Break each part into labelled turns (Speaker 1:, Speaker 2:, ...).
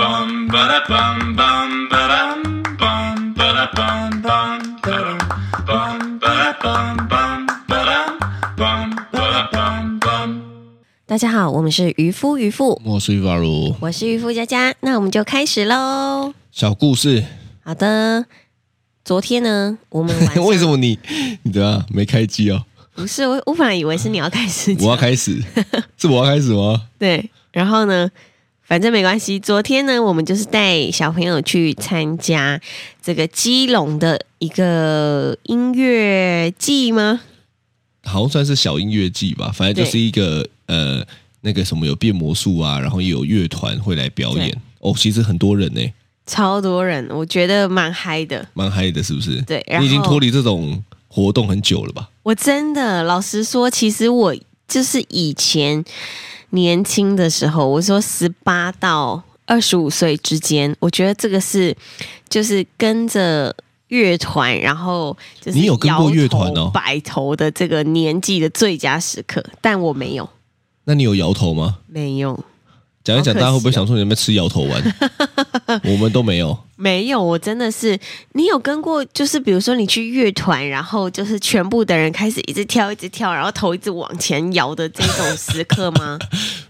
Speaker 1: bum ba da bum bum ba dum bum ba da bum bum ba dum bum ba da bum bum ba dum bum ba da bum bum.
Speaker 2: 大家好，我们是渔夫渔妇，
Speaker 3: 莫须法如
Speaker 2: 我是渔夫佳佳，那我们就开始喽。
Speaker 3: 小 故事，
Speaker 2: 好的，昨天呢，我们晚
Speaker 3: 为
Speaker 2: 上
Speaker 3: 什么你你等下没开机哦？
Speaker 2: 不是我，我本来以为是你要开始
Speaker 3: 我
Speaker 2: 讲，
Speaker 3: 要开 始，是我要开始吗？
Speaker 2: 对，然后呢，反正没关系。昨天呢，我们就是带小朋友去参加这个基隆的一个音乐季吗？
Speaker 3: 好像算是小音乐季吧，反正就是一个呃那个什么有变魔术啊，然后也有乐团会来表
Speaker 2: 对
Speaker 3: 演哦，其实很多人呢、
Speaker 2: 超多人，我觉得蛮嗨的。
Speaker 3: 蛮嗨的，是不是？
Speaker 2: 对然后
Speaker 3: 你已经脱离这种活动很久了吧？
Speaker 2: 我真的老实说，其实我就是以前年轻的时候，我说十八到二十五岁之间，我觉得这个是就是跟着。乐团，然后就是
Speaker 3: 你有跟过乐团哦
Speaker 2: 摇头摆头的这个年纪的最佳时刻，但我没有，
Speaker 3: 那你有摇头吗？
Speaker 2: 没有，
Speaker 3: 讲一
Speaker 2: 好可
Speaker 3: 讲，
Speaker 2: 惜哦
Speaker 3: 大家会不会想说你在那边吃摇头 丸？我们都没有，
Speaker 2: 没有，我真的是，你有跟过，就是比如说你去乐团，然后就是全部的人开始一直跳，一直跳，然后头一直往前摇的这种时刻 吗？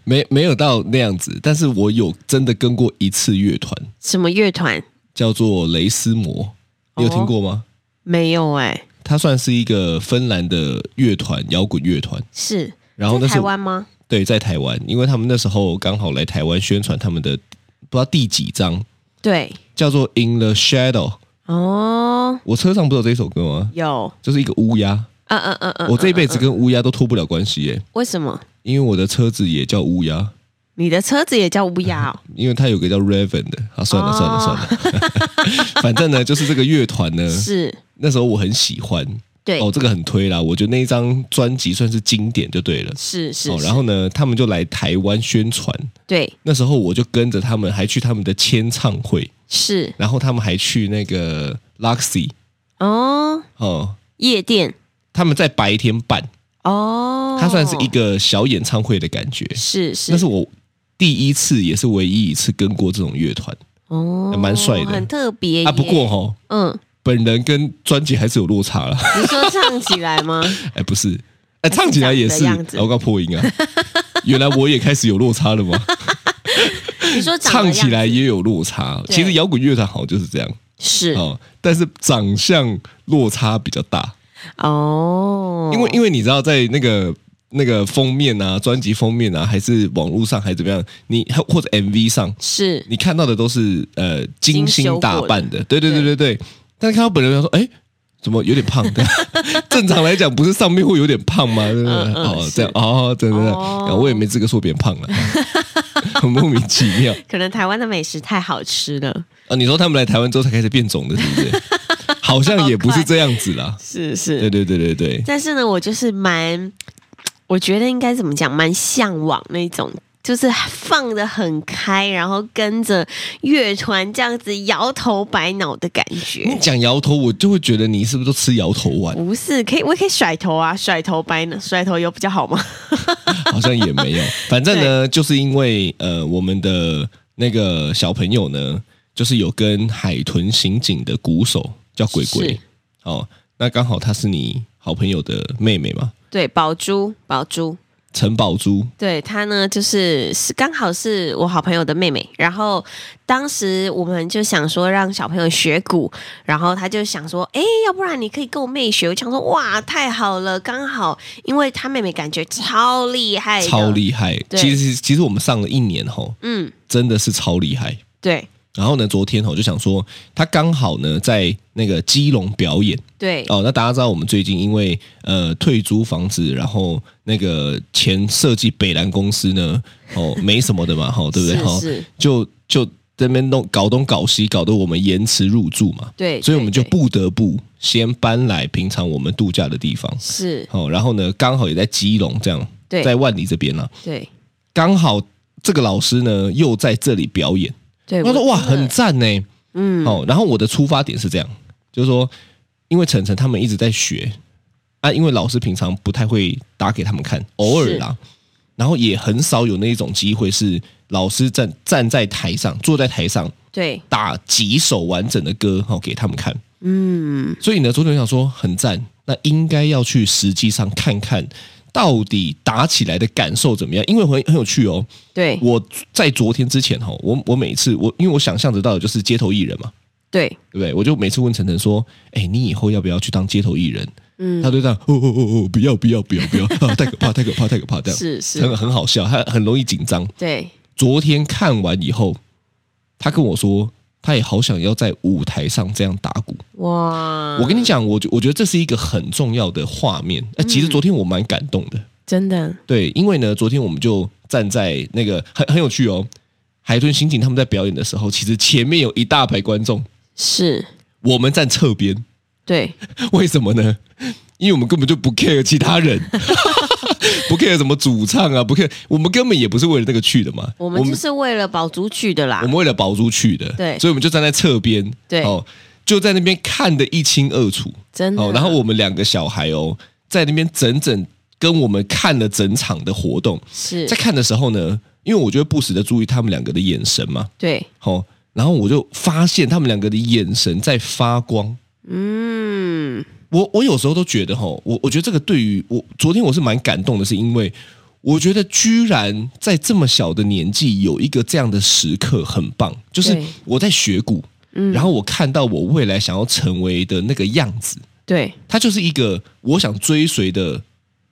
Speaker 3: 没没有到那样子。但是我有真的跟过一次乐团，
Speaker 2: 什么乐团？
Speaker 3: 叫做雷斯
Speaker 2: 哦
Speaker 3: 摩，你有听过吗？
Speaker 2: 没有哎、
Speaker 3: 它算是一个芬兰的乐团，摇滚乐团。
Speaker 2: 是
Speaker 3: 然后那
Speaker 2: 在
Speaker 3: 是
Speaker 2: 台湾吗？
Speaker 3: 对，在台湾，因为他们那时候刚好来台湾宣传他们的，不知道第几张，
Speaker 2: 对，
Speaker 3: 叫做《In the Shadow》。
Speaker 2: 哦，
Speaker 3: 我车上不是有这首歌吗？
Speaker 2: 有，
Speaker 3: 就是一个乌鸦，
Speaker 2: 嗯嗯嗯嗯，
Speaker 3: 我这辈子
Speaker 2: 嗯嗯
Speaker 3: 跟乌鸦都脱不了关系耶
Speaker 2: 嗯，为什么
Speaker 3: 因为我的车子也叫乌鸦，
Speaker 2: 你的车子也叫乌鸦、哦？
Speaker 3: 因为它有个叫 Raven 的。啊，算了
Speaker 2: 哦
Speaker 3: 算了算了， 反正呢，就是这个乐团呢，
Speaker 2: 是，
Speaker 3: 那时候我很喜欢，
Speaker 2: 对，
Speaker 3: 嗯哦，这个很推啦，我觉得那一张专辑算是经典就对了。
Speaker 2: 是是
Speaker 3: 哦，
Speaker 2: 是
Speaker 3: 然后呢，他们就来台湾宣传。
Speaker 2: 对，
Speaker 3: 那时候我就跟着他们，还去他们的签唱会，
Speaker 2: 是
Speaker 3: 然后他们还去那个 Luxy
Speaker 2: 哦，
Speaker 3: 哦，
Speaker 2: 夜店
Speaker 3: 他们在白天办，
Speaker 2: 哦，
Speaker 3: 它算是一个小演唱会的感觉。
Speaker 2: 是是，
Speaker 3: 那是我第一次，也是唯一一次跟过这种乐团
Speaker 2: 哦，
Speaker 3: 蛮帅的
Speaker 2: 很特别
Speaker 3: 啊。不
Speaker 2: 哎耶
Speaker 3: 过哈、哦，
Speaker 2: 嗯，
Speaker 3: 本人跟专辑还是有落差了。
Speaker 2: 你说唱起来吗？
Speaker 3: 哎，不是，哎，
Speaker 2: 是
Speaker 3: 唱起来也是，
Speaker 2: 长得样子
Speaker 3: 啊我刚破音啊。原来我也开始有落差了吗？
Speaker 2: 你说长得
Speaker 3: 唱起来
Speaker 2: 样子
Speaker 3: 也有落差。
Speaker 2: 对
Speaker 3: 其实摇滚乐团好像就是这样
Speaker 2: 是
Speaker 3: 哦，但是长相落差比较大，
Speaker 2: 哦，
Speaker 3: 因为因为你知道在那个。那个封面啊，专辑封面啊，还是网络上还是怎么样？你或者 MV 上，
Speaker 2: 是
Speaker 3: 你看到的都是呃精心打扮的，对对对对对。但是看到本人，他说：“哎，怎么有 点胖？”正常来讲，不是上面会有点胖吗？对不对？
Speaker 2: 嗯嗯
Speaker 3: 哦，
Speaker 2: 是
Speaker 3: 这样哦，真的，真的
Speaker 2: 哦
Speaker 3: 我也没资格说别人 胖了，很莫名其妙
Speaker 2: 可能台湾的美食太好吃了，
Speaker 3: 啊！你说他们来台湾之后才开始变肿的，是 不是？好像也不是这样子啦。
Speaker 2: 是是，
Speaker 3: 对对对对对，
Speaker 2: 但是呢，我就是蛮，我觉得应该怎么讲，蛮向往那种，就是放的很开，然后跟着乐团这样子摇头摆脑的感
Speaker 3: 你
Speaker 2: 觉。
Speaker 3: 讲摇头，我就会觉得你是不是都吃摇头 丸？
Speaker 2: 不是，可以，我也可以甩头啊，甩头摆脑，甩头有比较好吗？
Speaker 3: 好像也没有。反正呢，就是因为呃，我们的那个小朋友呢，就是有跟海豚刑警的鼓手叫鬼
Speaker 2: 是
Speaker 3: 鬼，哦，那刚好她是你好朋友的妹妹嘛，
Speaker 2: 对，宝珠，宝珠，
Speaker 3: 陈宝珠。
Speaker 2: 对她呢，就是是刚好是我好朋友的妹妹，然后当时我们就想说让小朋友学鼓，然后她就想说，哎，要不然你可以跟我妹学。我想说，哇，太好了，刚好，因为她妹妹感觉超厉害，
Speaker 3: 超，厉害！
Speaker 2: 哎对
Speaker 3: 其实其实我们上了一年吼，
Speaker 2: 嗯，
Speaker 3: 真的是超厉害。
Speaker 2: 对
Speaker 3: 然后呢，昨天哦吼就想说，她刚好呢在那个基隆表演，
Speaker 2: 对，
Speaker 3: 哦，那大家知道我们最近因为呃退租房子，然后那个前设计北兰公司呢， 哦没什么的嘛，哈、对不对？哈、
Speaker 2: 是是，
Speaker 3: 就就这边弄搞东搞西，搞得我们延迟入住嘛，
Speaker 2: 对，
Speaker 3: 所以我们就
Speaker 2: 对对
Speaker 3: 不得不先搬来平常我们度假的地方。
Speaker 2: 是，
Speaker 3: 哦，然后呢，刚好也在基隆这样，
Speaker 2: 对
Speaker 3: 在万里这边啦、
Speaker 2: 对
Speaker 3: 刚好这个老师呢又在这里表演，
Speaker 2: 对，
Speaker 3: 我说哇，
Speaker 2: 真的
Speaker 3: 很赞呢、
Speaker 2: 嗯，
Speaker 3: 哦，然后我的出发点是这样，就是说，因为晨晨他们一直在学啊，因为老师平常不太会打给他们看，偶尔啦。然后也很少有那一种机会是老师站站在台上，坐在台上
Speaker 2: 对，
Speaker 3: 打几首完整的歌，好、给他们看。
Speaker 2: 嗯，
Speaker 3: 所以呢，昨天我想说很赞，那应该要去实际上看看到底打起来的感受怎么样，因为很很有趣哦。
Speaker 2: 对，
Speaker 3: 我在昨天之前哈、我我每次我因为我想象得到的就是街头艺人嘛，
Speaker 2: 对，
Speaker 3: 对不对？我就每次问晨晨说：“哎，你以后要不要去当街头艺人？”
Speaker 2: 嗯
Speaker 3: 他就这样，哦哦哦哦，不要不要不要 不要，啊，太可怕太可怕太可怕，这样
Speaker 2: 是是，
Speaker 3: 很很好笑，他很容易紧张。
Speaker 2: 对，
Speaker 3: 昨天看完以后，他跟我说，他也好想要在舞台上这样打鼓。
Speaker 2: 哇，
Speaker 3: 我跟你讲，我觉我觉得这是一个很重要的画面。呃，其实
Speaker 2: 嗯
Speaker 3: 昨天我蛮感动的，
Speaker 2: 真的，
Speaker 3: 对，因为呢，昨天我们就站在那个很很有趣哦，海豚刑警他们在表演的时候，其实前面有一大排观众，
Speaker 2: 是，
Speaker 3: 我们站侧边，
Speaker 2: 对，
Speaker 3: 为什么呢？因为我们根本就不 care 其他人， 不 care 什么主唱啊，不 care，我们根本也不是为了这个去的嘛，
Speaker 2: 我们就是为了保足去的啦
Speaker 3: 我，们为了保住去的，
Speaker 2: 对
Speaker 3: 所以我们就站在侧边，
Speaker 2: 对嗯
Speaker 3: 哦，就在那边看得一清二楚，
Speaker 2: 真的
Speaker 3: 哦，，然后我们两个小孩哦，在那边整整跟我们看了整场的活动，
Speaker 2: 是
Speaker 3: 在，看的时候呢，因为我就会不时的注意他们两个的眼神嘛，
Speaker 2: 对，
Speaker 3: 哦，然后我就发现他们两个的眼神在发光。
Speaker 2: 嗯，
Speaker 3: 我我有时候都觉得哈，我我觉得这个对于我昨天我是蛮感动的，是因为我觉得居然在这么小的年纪有一个这样的时刻，很棒。就是
Speaker 2: 对嗯
Speaker 3: 我在学鼓，然后我看到我未来想要成为的那个样子，
Speaker 2: 对，
Speaker 3: 它就是一个我想追随的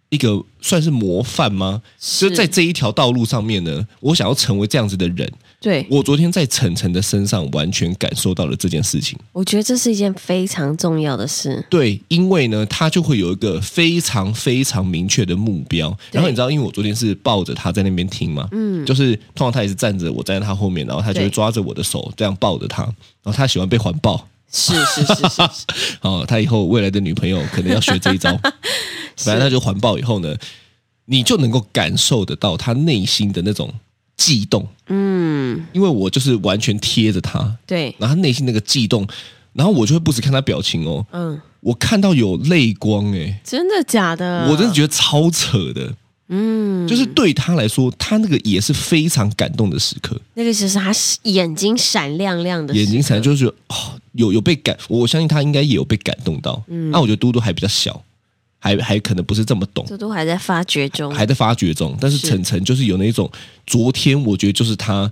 Speaker 3: 一个算是模范吗？就是在这一条道路上面呢，我想要成为这样子的人。
Speaker 2: 对，
Speaker 3: 我昨天在晨晨的身上完全感受到了这件事情。
Speaker 2: 我觉得这是一件非常重要的事，
Speaker 3: 对，因为呢，他就会有一个非常非常明确的目标。然后你知道，因为我昨天是抱着他在那边听嘛，嗯，就是通常他也是站着，我站在他后面，然后他就会
Speaker 2: 对
Speaker 3: 抓着我的手这样抱着他，然后他喜欢被环抱。
Speaker 2: 是是是是是，
Speaker 3: 哦，他以后未来的女朋友可能要学这一招。 反正他就环抱以后呢，你就能够感受得到他内心的那种悸动，
Speaker 2: 嗯，
Speaker 3: 因为我就是完全贴着他，
Speaker 2: 对，
Speaker 3: 然后他内心那个悸动，然后我就会不止看他表情哦，
Speaker 2: 嗯，
Speaker 3: 我看到有泪光诶、
Speaker 2: 真的假的？
Speaker 3: 我真的觉得超扯的，
Speaker 2: 嗯，
Speaker 3: 就是对他来说，他那个也是非常感动的时刻，
Speaker 2: 那个就是他眼睛闪亮亮的时刻，
Speaker 3: 眼睛闪就是觉得哦，有有被感，我相信他应该也有被感动到。嗯，那、我觉得嘟嘟还比较小，还还可能不是这么懂，
Speaker 2: 这都还在发掘中，
Speaker 3: 还在发掘中。但是
Speaker 2: 是
Speaker 3: 晨晨就是有那一种，昨天我觉得就是他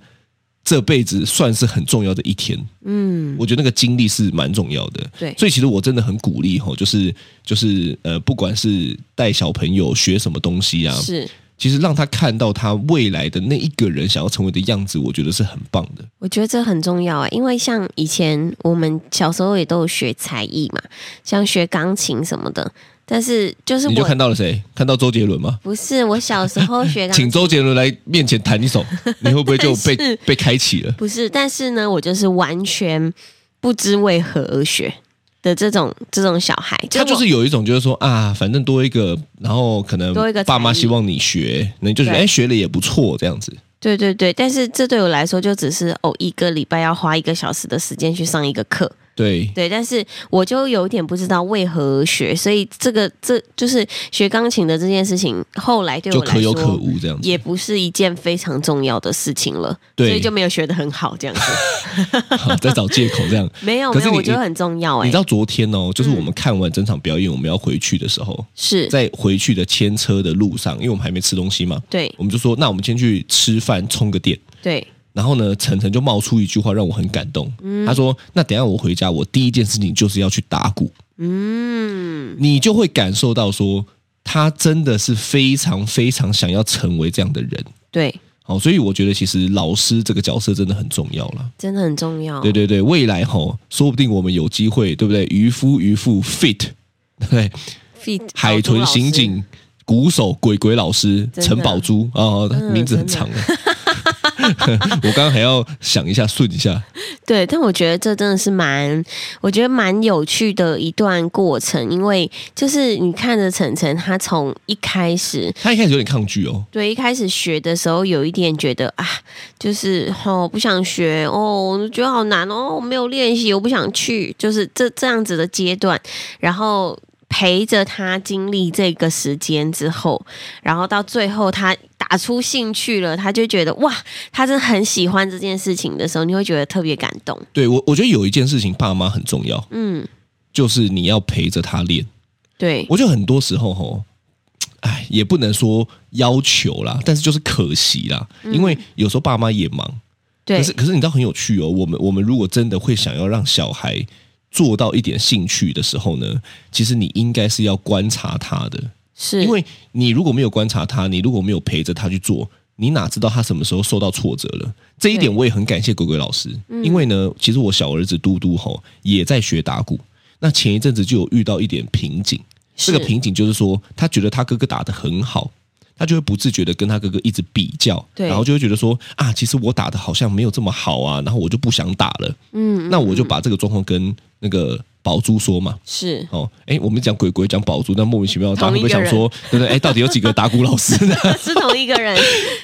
Speaker 3: 这辈子算是很重要的一天。
Speaker 2: 嗯，
Speaker 3: 我觉得那个经历是蛮重要的。
Speaker 2: 对
Speaker 3: 所以其实我真的很鼓励吼，就是就是呃，不管是带小朋友学什么东西啊，
Speaker 2: 是。
Speaker 3: 其实让他看到他未来的那一个人想要成为的样子，我觉得是很棒的。
Speaker 2: 我觉得这很重要啊，因为像以前我们小时候也都有学才艺嘛，像学钢琴什么的。但是就是
Speaker 3: 你就
Speaker 2: 我
Speaker 3: 看到了谁？看到周杰伦吗？
Speaker 2: 不是我小时候学钢
Speaker 3: 请
Speaker 2: 琴，
Speaker 3: 周杰伦来面前 弹一首，你会不会就被
Speaker 2: 但是
Speaker 3: 被开启了？
Speaker 2: 不是，但是呢，我就是完全不知为何而学的这种这种小孩，
Speaker 3: 他就
Speaker 2: 我
Speaker 3: 是有一种，就是说啊，反正多一个，然后可能
Speaker 2: 多一个才艺
Speaker 3: 爸妈希望你学，那你就觉得
Speaker 2: 对
Speaker 3: 哎，学了也不错这样子。
Speaker 2: 对对对，但是这对我来说就只是哦，一个礼拜要花一个小时的时间去上一个课，
Speaker 3: 对，
Speaker 2: 对，但是我就有点不知道为何而学，所以这个这就是学钢琴的这件事情，后来对
Speaker 3: 就
Speaker 2: 我来
Speaker 3: 可
Speaker 2: 说
Speaker 3: 有可无这样子。
Speaker 2: 也不是一件非常重要的事情了，所
Speaker 3: 对
Speaker 2: 以就没有学得很好这样子。
Speaker 3: 好在找借口这 样。
Speaker 2: 没有
Speaker 3: 可
Speaker 2: 没
Speaker 3: 是
Speaker 2: 有，
Speaker 3: 你
Speaker 2: 我觉得很重要
Speaker 3: 你
Speaker 2: 哎、
Speaker 3: 知道昨天哦，就是我们看完整场表演，我们要回去的时候，
Speaker 2: 是
Speaker 3: 在回去的牵车的路上，因为我们还没吃东西嘛，
Speaker 2: 对
Speaker 3: 我们就说，那我们先去吃饭，充个电。
Speaker 2: 对
Speaker 3: 然后呢，晨晨就冒出一句话让我很感动。
Speaker 2: 嗯
Speaker 3: 他说：“那等一下我回家，我第一件事情就是要去打鼓。”
Speaker 2: 嗯，
Speaker 3: 你就会感受到说，他真的是非常非常想要成为这样的人。
Speaker 2: 对，
Speaker 3: 哦，所以我觉得其实老师这个角色真的很重要了。
Speaker 2: 真的很重要。
Speaker 3: 对对对，未来吼、说不定我们有机会，对不对？渔夫、渔妇、fit，对不对，
Speaker 2: Fit-
Speaker 3: 海豚刑警、鼓手、鬼鬼老师、
Speaker 2: 真的
Speaker 3: 陈宝珠哦，
Speaker 2: 嗯
Speaker 3: 名字很长的。 我刚刚还要想一下，顺一下。
Speaker 2: 对，但我觉得这真的是蛮，我觉得蛮有趣的一段过程，因为就是你看着晨晨，他从一开始。
Speaker 3: 他一开始有点抗拒哦，
Speaker 2: 对，一开始学的时候有一点觉得啊，就是哦不想学哦，我觉得好难哦，我没有练习，我不想去，就是这这样子的阶段，然后陪着他经历这个时间之后，然后到最后他打打出兴趣了，他就觉得哇，他真的很喜欢这件事情的时候，你会觉得特别感动。
Speaker 3: 对我，我觉得有一件事情爸妈很重要，
Speaker 2: 嗯，
Speaker 3: 就是你要陪着他练。
Speaker 2: 对，
Speaker 3: 我觉得很多时候吼，哎，也不能说要求啦，但是就是可惜啦，因为有时候爸妈也忙。
Speaker 2: 嗯对
Speaker 3: 可是，可是你知道很有趣哦。我们我们如果真的会想要让小孩做到一点兴趣的时候呢，其实你应该是要观察他的，
Speaker 2: 是，
Speaker 3: 因为你如果没有观察他，你如果没有陪着他去做，你哪知道他什么时候受到挫折了？这一点我也很感谢鬼鬼老师，
Speaker 2: 嗯
Speaker 3: 因为呢，其实我小儿子嘟嘟吼也在学打鼓，那前一阵子就有遇到一点瓶颈，这个
Speaker 2: 是
Speaker 3: 瓶颈就是说，他觉得他哥哥打得很好。他就会不自觉的跟他哥哥一直比较，
Speaker 2: 对
Speaker 3: 然后就会觉得说啊，其实我打的好像没有这么好啊，然后我就不想打了。
Speaker 2: 嗯，
Speaker 3: 那我就把这个状况跟那个宝珠说嘛，
Speaker 2: 是
Speaker 3: 哦，哎，我们讲鬼鬼讲宝珠，但莫名其妙，大家
Speaker 2: 同
Speaker 3: 会
Speaker 2: 一
Speaker 3: 不
Speaker 2: 个
Speaker 3: 会想说，对不对？哎，到底有几个打鼓老师呢？
Speaker 2: 是同一个人，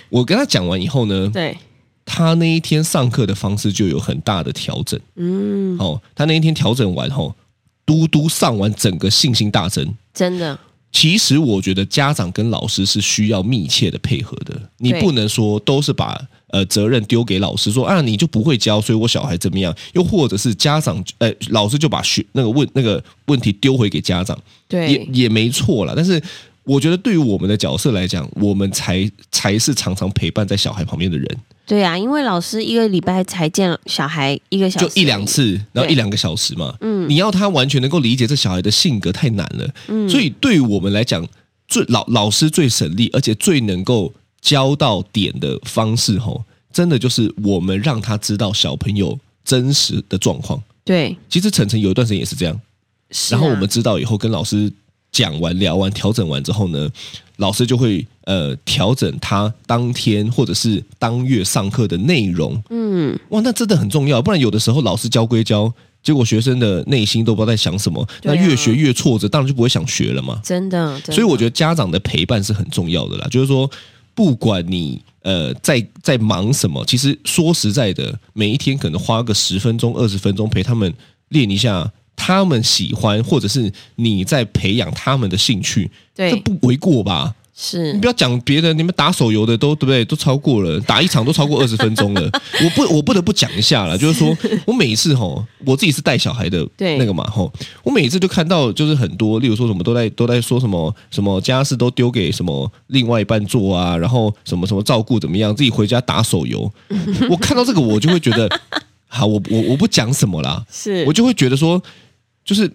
Speaker 3: 我跟他讲完以后呢，
Speaker 2: 对，
Speaker 3: 他那一天上课的方式就有很大的调整。
Speaker 2: 嗯，
Speaker 3: 哦，他那一天调整完后，嘟嘟上完整个信心大增。
Speaker 2: 真的
Speaker 3: 其实我觉得家长跟老师是需要密切的配合的，你
Speaker 2: 对
Speaker 3: 不能说都是把呃责任丢给老师说啊你就不会教，所以我小孩怎么样？又或者是家长呃老师就把学那个问那个问题丢回给家长，也
Speaker 2: 对，
Speaker 3: 也没错啦，但是我觉得对于我们的角色来讲，我们才才是常常陪伴在小孩旁边的人，
Speaker 2: 对啊，因为老师一个礼拜才见小孩一个小时，
Speaker 3: 就一两，次，然后一两个小时嘛。
Speaker 2: 嗯
Speaker 3: 你要他完全能够理解这小孩的性格太难了，
Speaker 2: 嗯
Speaker 3: 所以对于我们来讲，最老老师最省力，而且最能够教到点的方式，吼，真的就是我们让他知道小朋友真实的状况。
Speaker 2: 对，
Speaker 3: 其实晨晨有一段时间也是这样，
Speaker 2: 是
Speaker 3: 然后我
Speaker 2: 啊
Speaker 3: 们知道以后，跟老师讲完、聊完、调整完之后呢，老师就会呃调整他当天或者是当月上课的内容。
Speaker 2: 嗯，
Speaker 3: 哇，那真的很重要，不然有的时候老师教归教，结果学生的内心都不知道在想什么，那
Speaker 2: 对啊
Speaker 3: 越学越挫折，当然就不会想学了嘛。
Speaker 2: 真的，真的
Speaker 3: 所以我觉得家长的陪伴是很重要的啦，就是说，不管你呃在在忙什么，其实说实在的，每一天可能花个十分钟、二十分钟陪他们练一下他们喜欢，或者是你在培养他们的兴趣，这
Speaker 2: 对
Speaker 3: 不为过吧？
Speaker 2: 是
Speaker 3: 你不要讲别的，你们打手游的都对不对？都超过了，打一场都超过二十分钟了。我不，我不得不讲一下了，就 是说我每一次吼，我自己是带小孩的
Speaker 2: 对
Speaker 3: 那个嘛吼，我每一次就看到就是很多，例如说什么都在都在说什么什么家事都丢给什么另外一半做啊，然后什么什么照顾怎么样，自己回家打手 游。我看到这个我就会觉得，好，我我我不讲什么啦，
Speaker 2: 是，
Speaker 3: 我就会觉得说，就是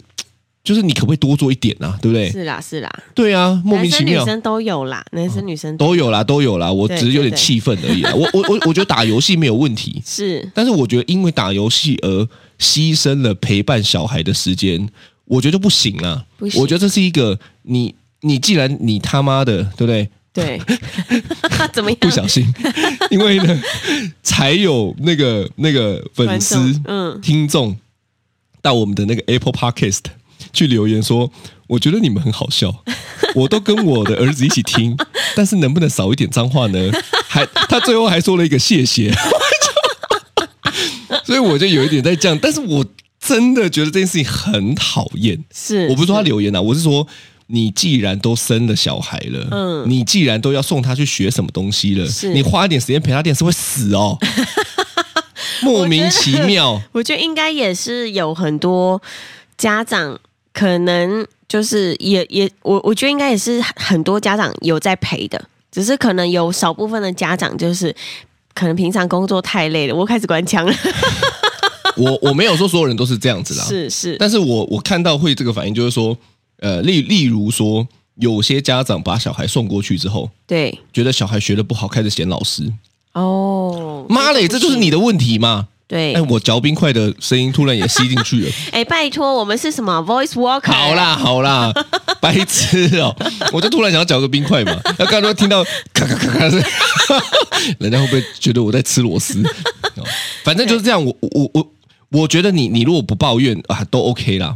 Speaker 3: 就是你可不可以多做一点啊，对不对？
Speaker 2: 是啦是啦，
Speaker 3: 对啊，莫
Speaker 2: 男
Speaker 3: 名其
Speaker 2: 生女
Speaker 3: 妙。嗯
Speaker 2: 生都有啦，男生女生
Speaker 3: 都有啦，都有啦，我
Speaker 2: 对
Speaker 3: 只是有
Speaker 2: 对
Speaker 3: 点
Speaker 2: 对
Speaker 3: 气愤而已啦。我我我我觉得打游戏没有问题，
Speaker 2: 是
Speaker 3: 但是我觉得因为打游戏而牺牲了陪伴小孩的时间，我觉得就不行啦。
Speaker 2: 不行
Speaker 3: 我觉得这是一个你你既然你他妈的对不对？
Speaker 2: 对，怎么样？
Speaker 3: 不小心， 因为呢才有那个那个粉丝
Speaker 2: 观众嗯
Speaker 3: 听众到我们的那个 Apple Podcast 去留言说，我觉得你们很好笑， 我都跟我的儿子一起听， 但是能不能少一点脏话呢？还他最后还说了一个谢谢， 所以我就有一点在这样，但是我真的觉得这件事情很讨厌。
Speaker 2: 是
Speaker 3: 我不是说他留言啊，我是说你既然都生了小孩了，
Speaker 2: 嗯
Speaker 3: 你既然都要送他去学什么东西了
Speaker 2: 是，
Speaker 3: 你花一点时间陪他练是会死哦， 莫名其妙。
Speaker 2: 我觉得应该也是有很多家长可能就是也也我我觉得应该也是很多家长有在陪的，只是可能有少部分的家长就是可能平常工作太累了，我开始关腔了，
Speaker 3: 我我没有说所有人都是这样子啦，
Speaker 2: 是是，
Speaker 3: 但是我我看到会这个反应就是说，呃，例例如说，有些家长把小孩送过去之后，
Speaker 2: 对
Speaker 3: 觉得小孩学的不好，开始嫌老师，
Speaker 2: 哦，
Speaker 3: 妈嘞，这就是你的问题嘛。
Speaker 2: 对，
Speaker 3: 哎，我嚼冰块的声音突然也吸进去了。
Speaker 2: 哎、拜托，我们是什么 voice walker？
Speaker 3: 好，啦好啦，白痴哦、我就突然想要嚼个冰块嘛，那刚刚听到咔咔咔咔声，人家会不会觉得我在吃螺丝？哦反正就是这样，我我我我觉得你你如果不抱怨啊都 OK 啦，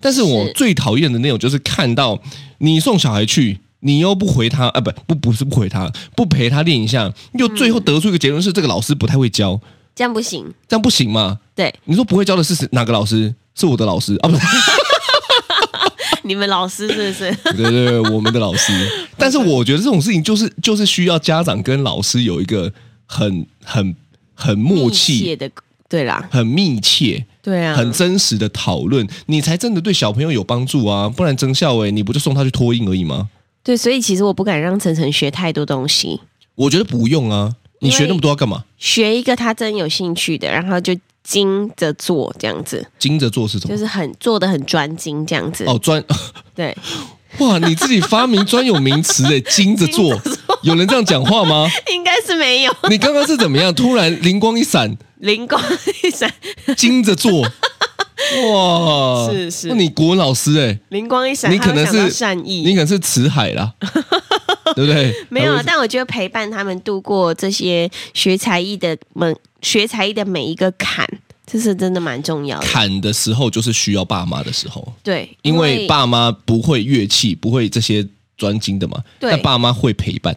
Speaker 3: 但是我
Speaker 2: 是
Speaker 3: 最讨厌的那种就是看到你送小孩去。你又不回他啊？不不不是不回他，不陪他练一下，又最后得出一个结论是这个老师不太会教，
Speaker 2: 这样不行。
Speaker 3: 这样不行吗？
Speaker 2: 对，
Speaker 3: 你说不会教的是谁哪个老师？是我的老师啊？不是。
Speaker 2: 你们老师是不是？
Speaker 3: 对对对，我们的老师。但是我觉得这种事情就是就是需要家长跟老师有一个很很很 默
Speaker 2: 密切
Speaker 3: 契、
Speaker 2: 的，对啦，
Speaker 3: 很密切、
Speaker 2: 对啊，
Speaker 3: 很真实的讨论，你才真的对小朋友有帮助啊！不然曾孝伟，你不就送他去托婴而已吗？
Speaker 2: 对，所以其实我不敢让晨晨学太多东西，
Speaker 3: 我觉得不用啊，你
Speaker 2: 因为
Speaker 3: 学那么多要干嘛？
Speaker 2: 学一个他真有兴趣的，然后就精着做这样子，
Speaker 3: 盯着做是什么？
Speaker 2: 就是很做的很专精这样子。
Speaker 3: 哦，专
Speaker 2: 对，
Speaker 3: 哇，你自己发明专有名词诶，盯着做，有人这样讲话吗？
Speaker 2: 应该是没有
Speaker 3: 你刚刚是怎么样？突然灵光一闪，
Speaker 2: 灵光一闪，
Speaker 3: 盯着做，哇！
Speaker 2: 是是
Speaker 3: 哇哦你国文老师哎、
Speaker 2: 灵光一闪，
Speaker 3: 你可能
Speaker 2: 他会想到
Speaker 3: 是
Speaker 2: 善意，
Speaker 3: 你可能是辞海 啦，对不对？
Speaker 2: 没有
Speaker 3: 还
Speaker 2: 啊
Speaker 3: 会，
Speaker 2: 但我觉得陪伴他们度过这些学才艺的门，学才艺的每一个坎，这是真的蛮重要的。
Speaker 3: 砍的时候就是需要爸妈的时候，
Speaker 2: 对，
Speaker 3: 因为爸妈不会乐器，不会这些专精的嘛，
Speaker 2: 对
Speaker 3: 但爸妈会陪伴。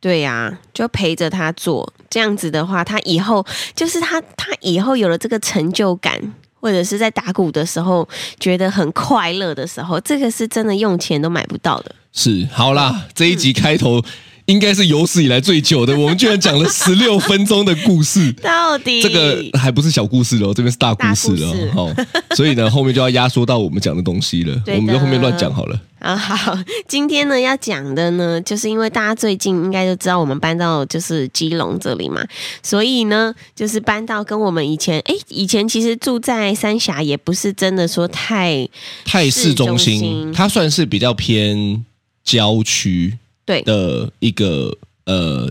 Speaker 2: 对呀、就陪着他做这样子的话，他以后就是他他以后有了这个成就感，或者是在打鼓的时候觉得很快乐的时候，这个是真的用钱都买不到的。
Speaker 3: 是，
Speaker 2: 嗯
Speaker 3: 好啦，这一集开头应该是有史以来最久的，我们居 然讲了十六分钟的故事。
Speaker 2: 到底
Speaker 3: 这个还不是小故事喽，这边是大故事了
Speaker 2: 大
Speaker 3: 哦。齁所以呢，后面就要压缩到我们讲的东西了，
Speaker 2: 对的
Speaker 3: 我们就后面乱讲好了。
Speaker 2: 啊，好，今天呢要讲的呢，就是因为大家最近应该就知道我们搬到就是基隆这里嘛，所以呢，就是搬到跟我们以前，哎，以前其实住在三峡也不是真的说太
Speaker 3: 泰
Speaker 2: 市
Speaker 3: 市中
Speaker 2: 中
Speaker 3: 心
Speaker 2: 心，
Speaker 3: 它算是比较偏郊区
Speaker 2: 对
Speaker 3: 的一个呃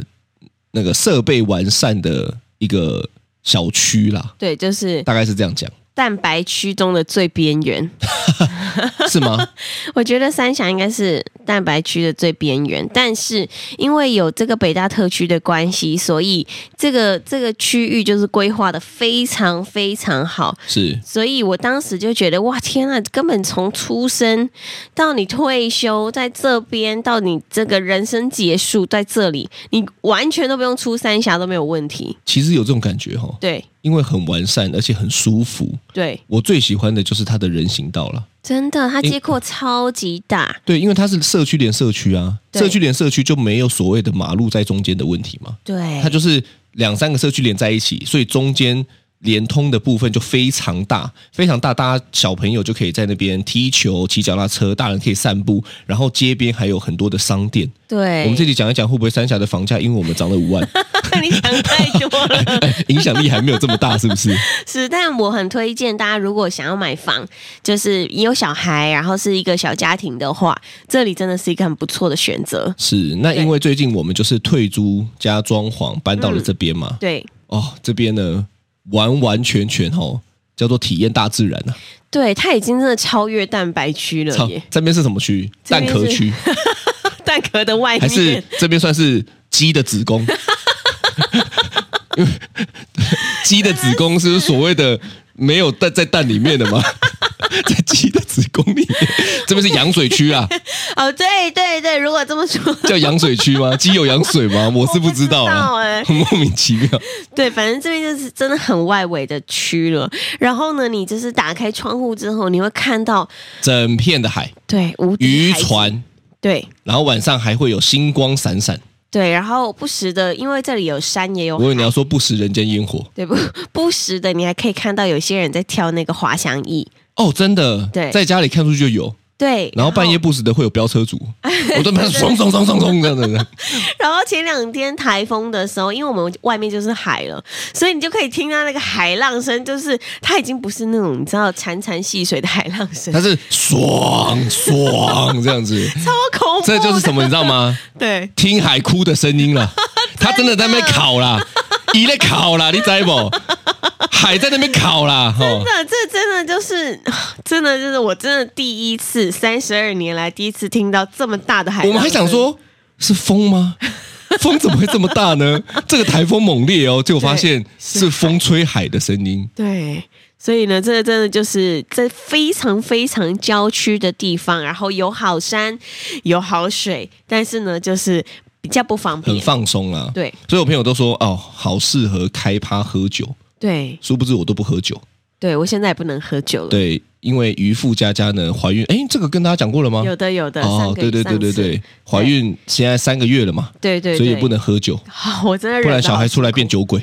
Speaker 3: 那个设备完善的一个小区啦，
Speaker 2: 对，就是
Speaker 3: 大概是这样讲，
Speaker 2: 蛋白区中的最边缘。
Speaker 3: 是吗？
Speaker 2: 我觉得三峡应该是蛋白区的最边缘，但是因为有这个北大特区的关系，所以这个这个区域就是规划的非常非常好。
Speaker 3: 是
Speaker 2: 所以我当时就觉得，哇，天啊，根本从出生到你退休，在这边到你这个人生结束，在这里，你完全都不用出三峡都没有问题。
Speaker 3: 其实有这种感觉哈，
Speaker 2: 对
Speaker 3: 因为很完善，而且很舒服。
Speaker 2: 对，
Speaker 3: 我最喜欢的就是它的人行道了。
Speaker 2: 真的，它街廓超级大，
Speaker 3: 对，因为它是社区连社区啊，
Speaker 2: 对
Speaker 3: 社区连社区就没有所谓的马路在中间的问题嘛，
Speaker 2: 对
Speaker 3: 它，就是两三个社区连在一起，所以中间连通的部分就非常大，非常大，大家小朋友就可以在那边踢球、骑脚踏车，大人可以散步，然后街边还有很多的商店。
Speaker 2: 对，
Speaker 3: 我们这里讲一讲会不会三峡的房价，因为我们涨了五万，哎
Speaker 2: 你想太多了。
Speaker 3: 影响力还没有这么大，是不是？
Speaker 2: 是，但我很推荐大家，如果想要买房，就是你有小孩，然后是一个小家庭的话，这里真的是一个很不错的选择。
Speaker 3: 是，那因为最近我们就是退租加装潢搬到了这边嘛，
Speaker 2: 对
Speaker 3: 哦，这边呢完完全全哦，叫做体验大自然啊。
Speaker 2: 对，它已经真的超越蛋白区了
Speaker 3: 操
Speaker 2: 耶，，
Speaker 3: 这边是什么区？
Speaker 2: 这
Speaker 3: 蛋
Speaker 2: 边是
Speaker 3: 壳区，
Speaker 2: 蛋壳的外
Speaker 3: 还是
Speaker 2: 面。
Speaker 3: 这边算是鸡的 子宫？因为鸡的子宫是所谓的没有蛋在蛋里面 的吗？在鸡的子宫里面，这边是羊水区啊，
Speaker 2: 哦，对对对，如果这么说，
Speaker 3: 叫羊水区吗？鸡有羊水吗？我是不知道
Speaker 2: 我不知道
Speaker 3: 啊
Speaker 2: 欸，
Speaker 3: 莫名其妙。
Speaker 2: 对，反正这边就是真的很外围的区了。然后呢，你就是打开窗户之后，你会看到
Speaker 3: 整片的海，
Speaker 2: 对无敌
Speaker 3: 渔
Speaker 2: 海景，
Speaker 3: 船，
Speaker 2: 对
Speaker 3: 然后晚上还会有星光闪闪。
Speaker 2: 对，然后不时的，因为这里有山也有
Speaker 3: 我以为你要说不食人间烟火
Speaker 2: 对不？不时的，你还可以看到有些人在跳那个滑翔翼。
Speaker 3: 哦，真的，
Speaker 2: 对
Speaker 3: 在家里看出去就有。
Speaker 2: 对，
Speaker 3: 然后半夜，不时的会有飙 车族，我都蛮爽爽爽爽爽这样的。
Speaker 2: 然后前两天台风的时候，因为我们外面就是海了，所以你就可以听到那个海浪声，就是它已经不是那种你知道潺潺细水的海浪声
Speaker 3: 他，是爽爽这样 子，
Speaker 2: 超恐怖。
Speaker 3: 这就是什么你知道？吗？
Speaker 2: 对，
Speaker 3: 听海哭的声音 了，他真的在那边烤啦，一在烤啦，你知不？海在那边烤啦，哈，
Speaker 2: 那这真的就是，真的就是我真的第一次三十二年来第一次听到这么大的海浪声。
Speaker 3: 我们还想说是风吗？风怎么会这么大呢？这个台风猛烈哦，结果发现
Speaker 2: 对
Speaker 3: 是风吹海的声音。
Speaker 2: 对，所以呢，这真的就是在非常非常郊区的地方，然后有好山，有好水，但是呢，就是比较不方
Speaker 3: 很
Speaker 2: 便。
Speaker 3: 放松啦。
Speaker 2: 对
Speaker 3: 所以我朋友都说哦，好适合开趴喝酒。
Speaker 2: 对
Speaker 3: 殊不知我都不喝酒，
Speaker 2: 对我现在也不能喝酒了。
Speaker 3: 对，因为渔夫佳佳呢怀孕，哎，这个跟大家讲过了吗？
Speaker 2: 有的有的，
Speaker 3: 哦
Speaker 2: 上，个
Speaker 3: 对对对对
Speaker 2: 上次
Speaker 3: 对，怀孕现在三个月了嘛，
Speaker 2: 对对，
Speaker 3: 所以也
Speaker 2: 对
Speaker 3: 不能。喝酒，
Speaker 2: 好我真的忍
Speaker 3: 不然
Speaker 2: 得好
Speaker 3: 小孩出来
Speaker 2: 辛苦
Speaker 3: 变，酒鬼，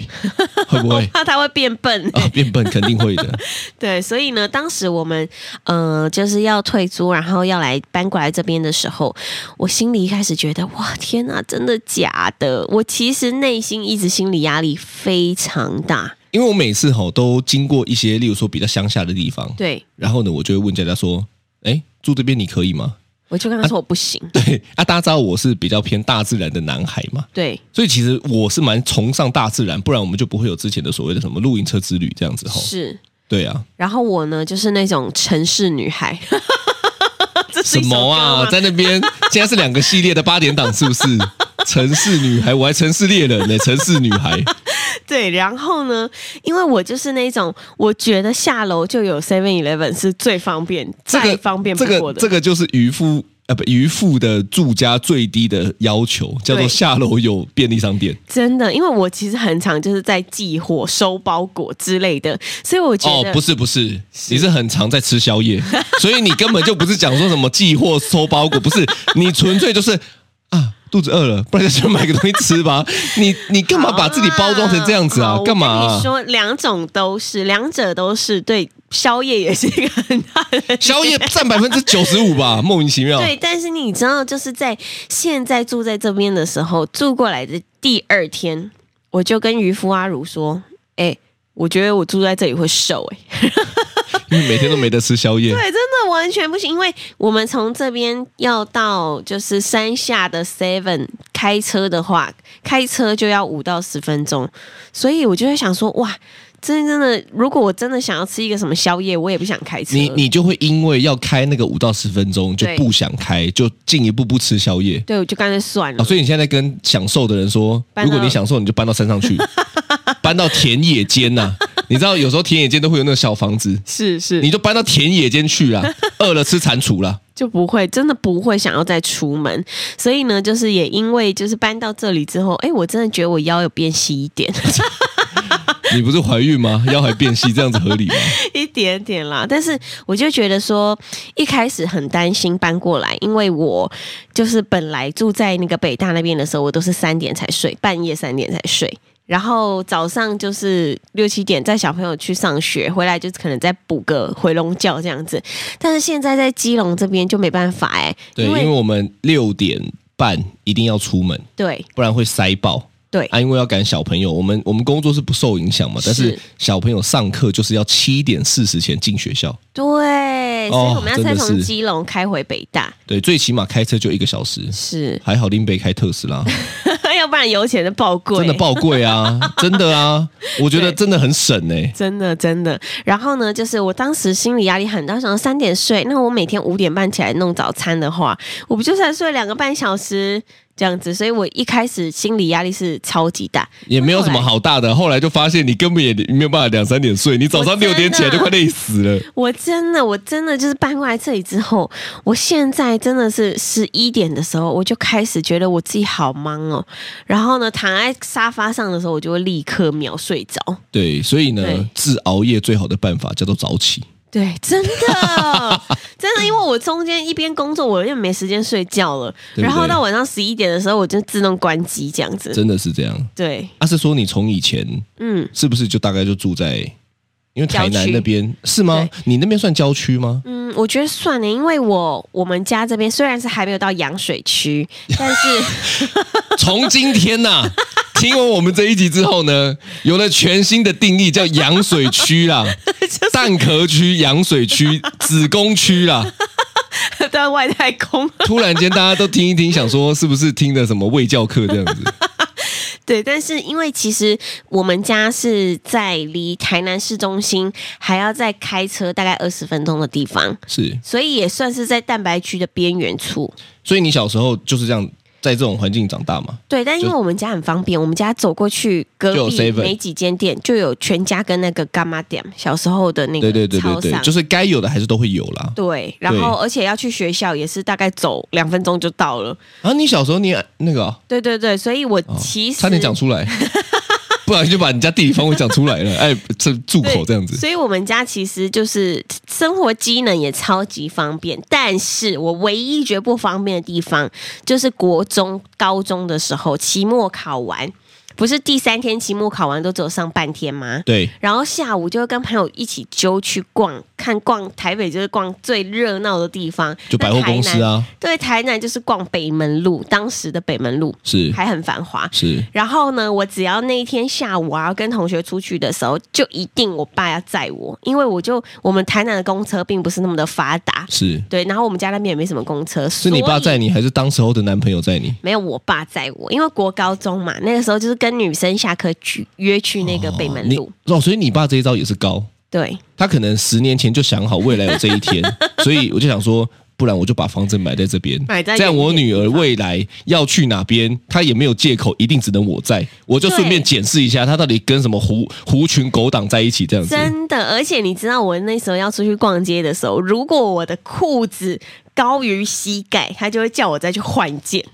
Speaker 3: 会不会
Speaker 2: 怕 他会变笨。
Speaker 3: 啊？变笨肯定会的。
Speaker 2: 对，所以呢，当时我们呃就是要退租，然后要来搬过来这边的时候，我心里一开始觉得哇天哪，真的假的？我其实内心一直心理压力非常大。
Speaker 3: 因为我每次吼都经过一些，例如说比较乡下的地方，
Speaker 2: 对，
Speaker 3: 然后呢，我就会问佳佳说：“哎，住这边你可以吗
Speaker 2: 我就跟他说我不行。？”
Speaker 3: 对啊，大家知道我是比较偏大自然的男孩嘛，
Speaker 2: 对，
Speaker 3: 所以其实我是蛮崇尚大自然，不然我们就不会有之前的所谓的什么露营车之旅这样子吼。
Speaker 2: 是。
Speaker 3: 对啊，
Speaker 2: 然后我呢，就是那种城市女孩。 这是
Speaker 3: 什
Speaker 2: 一首
Speaker 3: 么啊，
Speaker 2: 歌吗
Speaker 3: 在那 边现在是两个系列的八点档是不是？城市女孩，我还城市猎人呢、城市女孩，
Speaker 2: 对，然后呢，因为我就是那种，我觉得下楼就有 Seven Eleven 是最方便、
Speaker 3: 这
Speaker 2: 再
Speaker 3: 个
Speaker 2: 方便不
Speaker 3: 这
Speaker 2: 过
Speaker 3: 个
Speaker 2: 的。
Speaker 3: 这个就是渔夫呃不渔夫的住家最低的要求，叫
Speaker 2: 对
Speaker 3: 做下楼有便利商店。
Speaker 2: 真的，因为我其实很常就是在寄货、收包裹之类的，所以我觉
Speaker 3: 哦
Speaker 2: 得、，
Speaker 3: 不是不是，你是很常在吃宵夜，所以你根本就不是讲说什么寄货收包裹，不是，你纯粹就是啊肚子饿了，不然就去买个东西吃 吧。你你干嘛把自己包装成这样子
Speaker 2: 好
Speaker 3: 啊
Speaker 2: 哦我？
Speaker 3: 干嘛、
Speaker 2: 跟
Speaker 3: 啊
Speaker 2: 你？说两种都是，两者都是对宵夜也是一个很大的。
Speaker 3: 宵夜哦占百分之九十五吧，莫名其妙。
Speaker 2: 对，但是你知道，就是在现在住在这边的时候，住过来的第二天，我就跟渔夫阿如说：“哎、我觉得我住在这里会瘦、欸，
Speaker 3: 因为每天都没得吃宵夜。
Speaker 2: 对，真的完全不行，因为我们从这边要到就是山下的 Seven 开车的话，开车就要五到十分钟，所以我就会想说，哇，真的真的，如果我真的想要吃一个什么宵夜，我也不想开车。
Speaker 3: 你你就会因为要开那个五到十分钟就
Speaker 2: 对
Speaker 3: 不想开，就进一步不吃宵夜。
Speaker 2: 对，我就干脆算了。
Speaker 3: 哦，所以你现在跟享受的人说，
Speaker 2: 嗯搬
Speaker 3: 如
Speaker 2: 到
Speaker 3: 果你享受，你就搬到山 上去，搬到田野间呐、你知道有时候田野间都会有那个小房子，
Speaker 2: 是是，
Speaker 3: 你就搬到田野间去 啦。饿了吃蟾蜍啦。
Speaker 2: 就不会真的不会想要再出门，所以呢，就是也因为就是搬到这里之后，哎，我真的觉得我腰有变细一点，
Speaker 3: 你不是怀孕吗？腰还变细，这样子合理吗？
Speaker 2: 一点点啦，但是我就觉得说，一开始很担心搬过来，因为我就是本来住在那个北大那边的时候，我都是三点才睡，半夜三点才睡，然后早上就是六七点带小朋友去上学，回来就可能再补个回笼觉这样子。但是现在在基隆这边就没办法哎、
Speaker 3: 对，因
Speaker 2: 因
Speaker 3: 为
Speaker 2: 为
Speaker 3: 我们六点半一定要出门，
Speaker 2: 对
Speaker 3: 不然会塞爆。
Speaker 2: 对
Speaker 3: 啊，因为要赶小朋友，我们我们工作是不受影响嘛，但是
Speaker 2: 是
Speaker 3: 小朋友上课就是要七点四十前进学校，
Speaker 2: 对，所以我们要
Speaker 3: 哦真
Speaker 2: 再
Speaker 3: 的
Speaker 2: 从
Speaker 3: 是
Speaker 2: 基隆开回北大，
Speaker 3: 对，最起码开车就一个小时。
Speaker 2: 是，
Speaker 3: 还好林北开特斯拉，
Speaker 2: 要不然油钱就爆贵，
Speaker 3: 真的爆贵啊， 真的啊，我觉得
Speaker 2: 对
Speaker 3: 真的很省哎、
Speaker 2: 真的真的。然后呢，就是我当时心理压力很大，想三点睡，那我每天五点半起来弄早餐的话，我不就才睡两个半小时这样子？所以我一开始心理压力是超级大，
Speaker 3: 也没有什么好大的。后来就发现你根本也没有办法两三点睡，你早上
Speaker 2: 我真的
Speaker 3: 六点起来就快累死了。
Speaker 2: 我真的，我真的就是搬过来这里之后，哦我现在真的是十一点的时候，我就开始觉得我自己好忙哦。然后呢，躺在沙发上的时候，我就会立刻秒睡着。
Speaker 3: 对，所以
Speaker 2: 对
Speaker 3: 呢，治熬夜最好的办法叫做早起。
Speaker 2: 对，真的，真的，因为我中间一边工作，我又没时间睡觉了，
Speaker 3: 对不对
Speaker 2: 然后到晚上十一点的时候，我就自动关机这样子。
Speaker 3: 真的是这样。
Speaker 2: 对，
Speaker 3: 阿、啊是说你从以前
Speaker 2: 嗯，
Speaker 3: 是不是就大概就住在，因为
Speaker 2: 郊
Speaker 3: 台南
Speaker 2: 区
Speaker 3: 那边是吗？你那边算郊区吗？
Speaker 2: 嗯，我觉得算了，因为我我们家这边虽然是还没有到羊水区，但 是
Speaker 3: 从今天呐、听完我们这一集之后呢，有了全新的定义，叫羊水区啦，蛋壳区、羊水区、子宫区啦。
Speaker 2: 在外太空，
Speaker 3: 突然间大家都听一听，想说是不是听的什么卫教课这样子？
Speaker 2: 对，但是因为其实我们家是在离台南市中心还要再开车大概二十分钟的地方，
Speaker 3: 是，
Speaker 2: 所以也算是在蛋白区的边缘处。
Speaker 3: 所以你小时候就是这样在这种环境长大嘛？
Speaker 2: 对，但因为我们家很方便，我们家走过去
Speaker 3: 就
Speaker 2: 隔
Speaker 3: 有
Speaker 2: 壁
Speaker 3: 7-Eleven
Speaker 2: 没几间店就有全家跟那个干妈店，小时候的那
Speaker 3: 对
Speaker 2: 个
Speaker 3: 对对
Speaker 2: 超
Speaker 3: 对对，
Speaker 2: 商。
Speaker 3: 就是该有的还是都会有啦。
Speaker 2: 对，然后而且要去学校也是大概走两分钟就到了。
Speaker 3: 啊，你小时候你那个啊、
Speaker 2: 对对对，所以我
Speaker 3: 哦
Speaker 2: 其实、
Speaker 3: 差点讲出来，不然就把你家地理方位讲出来了，哎，这住
Speaker 2: 对
Speaker 3: 口这样子，
Speaker 2: 所以我们家其实就是生活机能也超级方便，但是我唯一觉得不方便的地方就是国中、高中的时候，期末考完，不是第三天期末考完都只有上半天吗？
Speaker 3: 对，
Speaker 2: 然后下午就会跟朋友一起揪去逛，看逛台北就是逛最热闹的地方，
Speaker 3: 就百货公司
Speaker 2: 那台南。
Speaker 3: 啊，
Speaker 2: 对，台南就是逛北门路，当时的北门路
Speaker 3: 是
Speaker 2: 还很繁华。
Speaker 3: 是，
Speaker 2: 然后呢，我只要那一天下午啊，跟同学出去的时候，就一定我爸要载我，因为我就我们台南的公车并不是那么的发达，
Speaker 3: 是，
Speaker 2: 对，然后我们家那边也没什么公车，
Speaker 3: 是你爸
Speaker 2: 所以
Speaker 3: 载你，还是当时候的男朋友载你？
Speaker 2: 没有我爸载我，因为国高中嘛，那个时候就是跟女生下课去约去那个北门路，
Speaker 3: 哦你哦，所以你爸这一招也是高，
Speaker 2: 对，
Speaker 3: 他可能十年前就想好未来有这 一天，所以我就想说，不然我就把房子买在这边，
Speaker 2: 买在
Speaker 3: 这样
Speaker 2: 远一
Speaker 3: 我
Speaker 2: 点
Speaker 3: 女
Speaker 2: 的
Speaker 3: 儿
Speaker 2: 地方
Speaker 3: 未来要去哪边，她也没有借口，一定只能我在，我就顺便
Speaker 2: 对
Speaker 3: 检视一下她到底跟什么狐狐群狗党在一起这样子。
Speaker 2: 真的，而且你知道我那时候要出去逛街的时候，如果我的裤子高于膝盖，他就会叫我再去换一 件。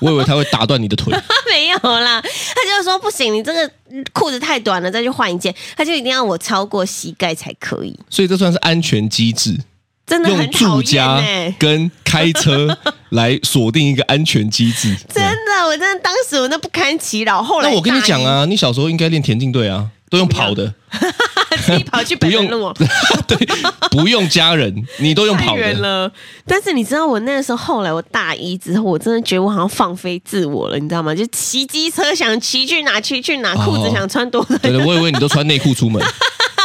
Speaker 3: 我以为她会打断你的 腿，
Speaker 2: 没有啦，他就说不行，你这个裤子太短了，再去换一件。他就一定要我超过膝盖才可以，
Speaker 3: 所以这算是安全机制，
Speaker 2: 真的
Speaker 3: 用
Speaker 2: 很讨
Speaker 3: 住
Speaker 2: 厌
Speaker 3: 家
Speaker 2: 哎、
Speaker 3: 跟开车来锁定一个安全机制。
Speaker 2: 真的，我真的当时我那不堪其扰。后来
Speaker 3: 那我跟你
Speaker 2: 大一
Speaker 3: 讲，啊，你小时候应该练田径队啊，都用跑的，
Speaker 2: 自己跑去
Speaker 3: 不
Speaker 2: 北
Speaker 3: 用，
Speaker 2: 门路
Speaker 3: 对，不用家人，你都用
Speaker 2: 太
Speaker 3: 跑
Speaker 2: 远
Speaker 3: 的。
Speaker 2: 了。但是你知道，我那个时候后来我大一之后，我真的觉得我好像放飞自我了，你知道吗？就骑机车想骑去哪骑去哪，
Speaker 3: 哦
Speaker 2: 裤子想穿多短。
Speaker 3: 对对，我以为你都穿内裤出门，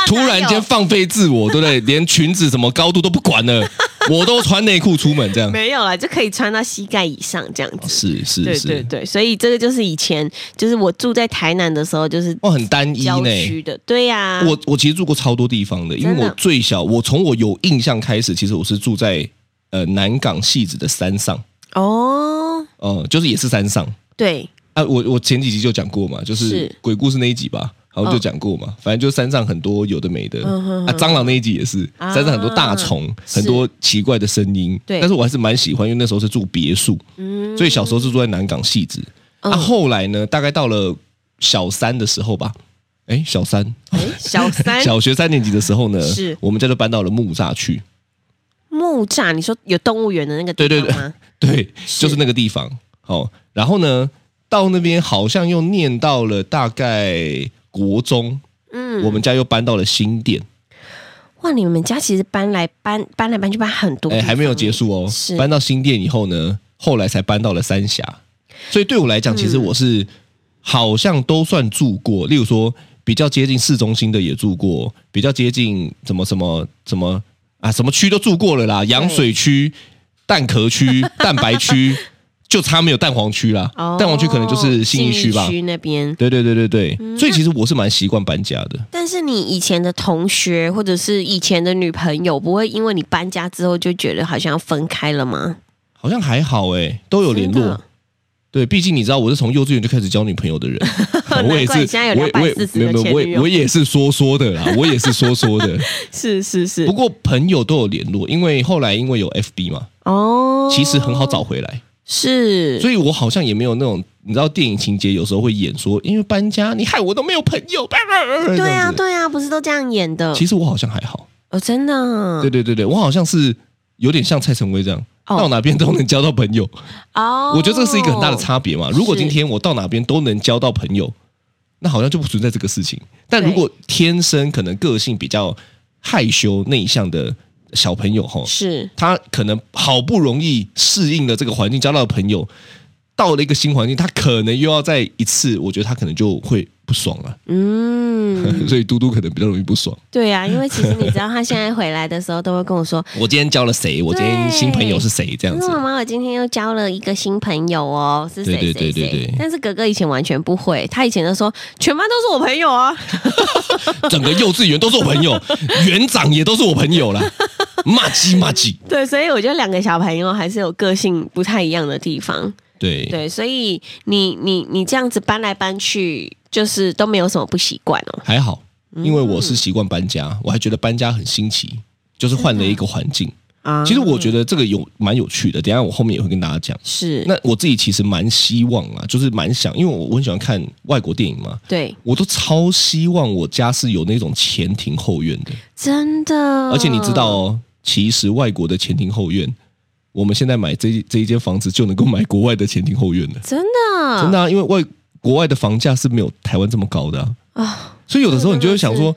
Speaker 3: 突然间放飞自我，对不对？连裙子什么高度都不管了，我都穿内裤出门这 样。
Speaker 2: 没有啦，就可以穿到膝盖以上这样子。
Speaker 3: 是是
Speaker 2: 对对
Speaker 3: 是，
Speaker 2: 对，所以这个就是以前，就是我住在台南的时候，就是
Speaker 3: 哇，很单哦一
Speaker 2: 郊
Speaker 3: 呢。
Speaker 2: 区的，对呀、
Speaker 3: 我我其实住过超多地方的，因为
Speaker 2: 真的
Speaker 3: 我最小，我从我有印象开始，其实我是住在呃南港戏子的山上，
Speaker 2: 哦，
Speaker 3: 呃，就是也是山上
Speaker 2: 对，
Speaker 3: 啊。我我前几集就讲过嘛，就是
Speaker 2: 是
Speaker 3: 鬼故事那一集吧，好像就讲过嘛，反正就是山上很多有的没的、
Speaker 2: 嗯哼
Speaker 3: 啊，蟑螂那一集也是，
Speaker 2: 啊
Speaker 3: 山上很多大虫，
Speaker 2: 是
Speaker 3: 很多奇怪的声音。
Speaker 2: 对
Speaker 3: 但是我还是蛮喜欢，因为那时候是住别墅，
Speaker 2: 嗯，
Speaker 3: 所以小时候是住在南港戏子。啊，后来呢，大概到了小三的时候吧，哎，小三。
Speaker 2: 诶小三
Speaker 3: 小学三年级的时候呢，
Speaker 2: 是
Speaker 3: 我们家就搬到了木栅去，
Speaker 2: 木栅，你说有动物园的那个地
Speaker 3: 对对
Speaker 2: 方吗？
Speaker 3: 对，
Speaker 2: 是
Speaker 3: 就是那个地方。好、然后呢，到那边好像又念到了大概国中，
Speaker 2: 嗯，
Speaker 3: 我们家又搬到了新店，
Speaker 2: 哇，你们家其实搬来搬搬来搬去搬很多，
Speaker 3: 哎，还没有结。束哦
Speaker 2: 是。
Speaker 3: 搬到新店以后呢，后来才搬到了三峡，所以对我来讲，其实我
Speaker 2: 嗯
Speaker 3: 是好像都算住过，例如说比较接近市中心的也住过，比较接近什么什么什么啊什么区都住过了啦，羊水区、蛋 壳区、蛋白区，就差没有蛋黄区啦。
Speaker 2: 哦，
Speaker 3: 蛋黄区可能就是信义区吧。
Speaker 2: 信义区嗯那边。
Speaker 3: 对对对对对，所以其实我是蛮习惯搬家的。
Speaker 2: 但是你以前的同学或者是以前的女朋友，不会因为你搬家之后就觉得好像要分开了吗？
Speaker 3: 好像还好哎、都有联
Speaker 2: 真
Speaker 3: 络
Speaker 2: 的。
Speaker 3: 对，毕竟你知道我是从幼稚园就开始交女朋友 的人，我也
Speaker 2: 难怪你
Speaker 3: 是
Speaker 2: 现在，有
Speaker 3: 我也我也
Speaker 2: 240
Speaker 3: 没有
Speaker 2: 个
Speaker 3: 没有，
Speaker 2: 前
Speaker 3: 我
Speaker 2: 女
Speaker 3: 也
Speaker 2: 友
Speaker 3: 我也是说说 的啦，我也是说说的。
Speaker 2: 是是是
Speaker 3: 不过朋友都有联络，因为后来因为有 FB 嘛，
Speaker 2: 哦，
Speaker 3: 其实很好找回来，
Speaker 2: 是，
Speaker 3: 所以我好像也没有那种你知道电影情节有时候会演说，因为搬家你害我都没有朋友，
Speaker 2: 对
Speaker 3: 对
Speaker 2: 啊，对啊，不是都这样演的？
Speaker 3: 其实我好像还好，
Speaker 2: 哦，真的啊，
Speaker 3: 对对对对，我好像是有点像蔡成威这样，
Speaker 2: 哦
Speaker 3: 到哪边都能交到朋友。
Speaker 2: 哦，
Speaker 3: 我觉得这是一个很大的差别嘛。如果
Speaker 2: 是
Speaker 3: 今天我到哪边都能交到朋友，那好像就不存在这个事情。但如果天生可能个性比较害羞内向的小朋友哈，
Speaker 2: 是
Speaker 3: 他可能好不容易适应了这个环境，交到朋友，到了一个新环境，他可能又要再一次，我觉得他可能就会不爽了、
Speaker 2: 嗯，
Speaker 3: 所以嘟嘟可能比较容易不爽。
Speaker 2: 对啊，因为其实你知道，他现在回来的时候都会跟我说
Speaker 3: 我今天交了谁？我今天
Speaker 2: 对
Speaker 3: 新朋友是谁？ 这：“样
Speaker 2: 那
Speaker 3: 子
Speaker 2: 妈妈，我今天又交了一个新朋友哦，是谁谁
Speaker 3: 对
Speaker 2: 谁
Speaker 3: 对对对对
Speaker 2: 但是哥哥以前完全不会，他以前就说全班都是我朋友啊，
Speaker 3: 整个幼稚园都是我朋友， 园长也都是我朋友啦。骂鸡骂鸡，
Speaker 2: 对，所以我觉得两个小朋友还是有个性不太一样的地方。
Speaker 3: 对
Speaker 2: 对，所以你你你这样子搬来搬去，就是都没有什么不习惯哦。
Speaker 3: 还好，因为我是习惯搬家，我还觉得搬家很新奇，就是换了一个环境。
Speaker 2: 啊
Speaker 3: 其实我觉得这个有蛮有趣的，等一下我后面也会跟大家讲。
Speaker 2: 是
Speaker 3: 那我自己其实蛮希望啊，就是蛮想，因为我我很喜欢看外国电影嘛，
Speaker 2: 对，
Speaker 3: 我都超希望我家是有那种前庭后院的。
Speaker 2: 真的。
Speaker 3: 而且你知道哦，其实外国的前庭后院，我们现在买这这一间房子就能够买国外的前庭后院的，
Speaker 2: 真的
Speaker 3: 真的、啊，因为外国外的房价是没有台湾这么高的、啊，
Speaker 2: 啊，
Speaker 3: 所以有的时候你就会想
Speaker 2: 真
Speaker 3: 说，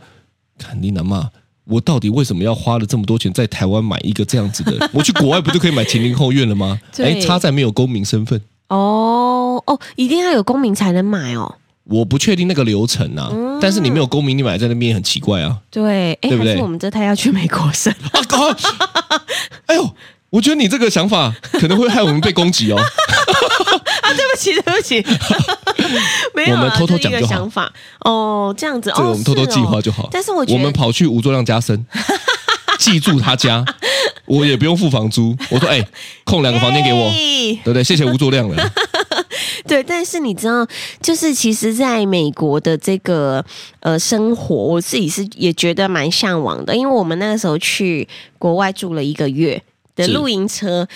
Speaker 3: 看你南嘛。我到底为什么要花了这么多钱在台湾买一个这样子 的？我去国外不就可以买前庭后院了吗？
Speaker 2: 对
Speaker 3: 哎，差在没有公民身份，
Speaker 2: 哦哦，一定要有公民才能买哦。
Speaker 3: 我不确定那个流程啊。
Speaker 2: 嗯
Speaker 3: 但是你没有公民，你买在那边也很奇怪啊。
Speaker 2: 对，哎，
Speaker 3: 对
Speaker 2: 还
Speaker 3: 不对
Speaker 2: 是我们这胎要去美国生？
Speaker 3: 啊，搞，哎呦，我觉得你这个想法可能会害我们被攻击 哦。
Speaker 2: 对不起，对不起， 没有啊，
Speaker 3: 我们偷偷讲
Speaker 2: 是一个
Speaker 3: 就好
Speaker 2: 想法哦，这样子，
Speaker 3: 这个
Speaker 2: 哦
Speaker 3: 我们偷偷
Speaker 2: 是哦
Speaker 3: 计划就好。
Speaker 2: 但是我觉
Speaker 3: 我
Speaker 2: 得
Speaker 3: 们跑去吴作亮家生， 记住他家，我也不用付房租。我说，哎、空两个房间 给我，
Speaker 2: 哎
Speaker 3: 对不对？谢谢吴作亮了。
Speaker 2: 对，但是你知道，就是其实在美国的这个呃生活，我自己是也觉得蛮向往的，因为我们那个时候去国外住了一个月的
Speaker 3: 是
Speaker 2: 露营车。